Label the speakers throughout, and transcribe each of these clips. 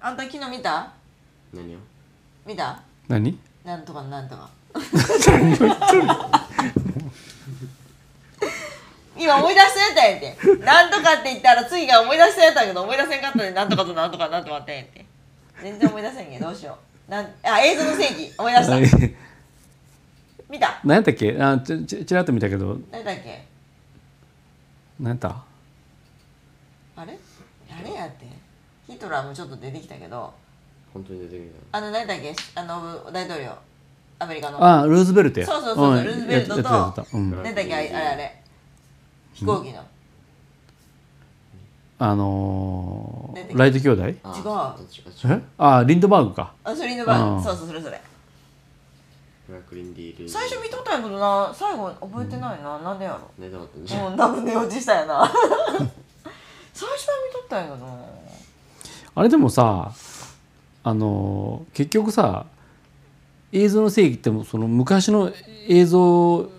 Speaker 1: あんた昨日見た
Speaker 2: 何を
Speaker 1: 見た
Speaker 3: 何
Speaker 1: なんとかなんとか今思い出したやったんやってなんとかって言ったら次が思い出したやったんやけど思い出せんかったんでなんとかとなんとかなんとかってやって全然思い出せんけどどうしようなんあ映像の世紀思い出した
Speaker 3: はい
Speaker 1: 見た
Speaker 3: 何やったっけあちちちらっと見たけど
Speaker 1: 何だっけ
Speaker 3: 何やった
Speaker 1: あれあれやってヒトラーもちょっと出てきたけど
Speaker 2: 本当に出てくるじ
Speaker 1: あの何だっけあの大統領アメリカの
Speaker 3: あルーズベルトや
Speaker 1: そうそうそうそうんルーズベルトと
Speaker 3: やつやつやつうん
Speaker 2: ね
Speaker 1: 何だっけあれあれあれ飛行機の
Speaker 3: あの
Speaker 1: 出てき
Speaker 3: ー、
Speaker 1: た
Speaker 3: ライト兄弟
Speaker 2: ゃん
Speaker 1: 違う
Speaker 2: あ違う違
Speaker 3: え
Speaker 2: う
Speaker 3: あリンドバーグか
Speaker 1: あそれの番
Speaker 3: うん
Speaker 1: そうそうそれそれ
Speaker 2: ブラックリンディール
Speaker 1: 最初見とったんやけどな最後覚えてないな、なんでやろ
Speaker 2: 寝たかったね
Speaker 1: うん多分寝落ちしたやな 最初は見とったんやけどな
Speaker 3: あれでもさあのー結局さ映像の正義ってもうその昔の映像を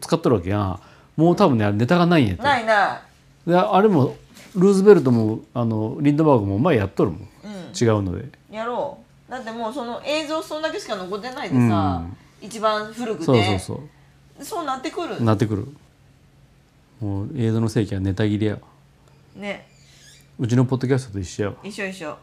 Speaker 3: 使っとるわけやんもう多分ねネタがないんやって
Speaker 1: ないな
Speaker 3: であれもルーズベルトもあのリンドバーグも前やっとるもん
Speaker 1: うん
Speaker 3: 違うので
Speaker 1: やろうだってもうその映像そんだけしか残ってないでさ、一番古くて
Speaker 3: そうそうそ
Speaker 1: そうなってくる
Speaker 3: うなってくるもう映像の正義はネタ切れやわ
Speaker 1: ね
Speaker 3: うちのポッドキャストと一緒やわ
Speaker 1: 一緒一緒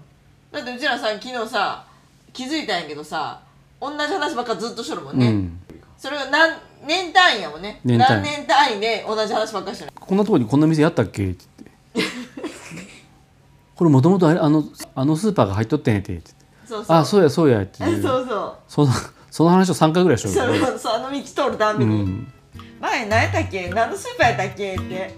Speaker 1: だってうちらさ昨日さ気づいたんやけどさ同じ話ばっかずっとしとるもんね、
Speaker 3: うん
Speaker 1: それが何年単位やもんね
Speaker 3: 年単位
Speaker 1: 何年単位で同じ話ばっかりしてる
Speaker 3: こんなとこにこんな店やったっ け?」って言って「これもともとあれあのあのスーパーが入っとってんやて」って言って
Speaker 1: そうそう
Speaker 3: あそうやそうや」って
Speaker 1: そ
Speaker 3: いうう
Speaker 1: そ
Speaker 3: そのその話を3回ぐらいしと
Speaker 1: う
Speaker 3: る
Speaker 1: そ
Speaker 3: から
Speaker 1: のそうあの道通るたん
Speaker 3: う
Speaker 1: びに、
Speaker 3: ん
Speaker 1: 前何やったっけ何のスーパーやったっけって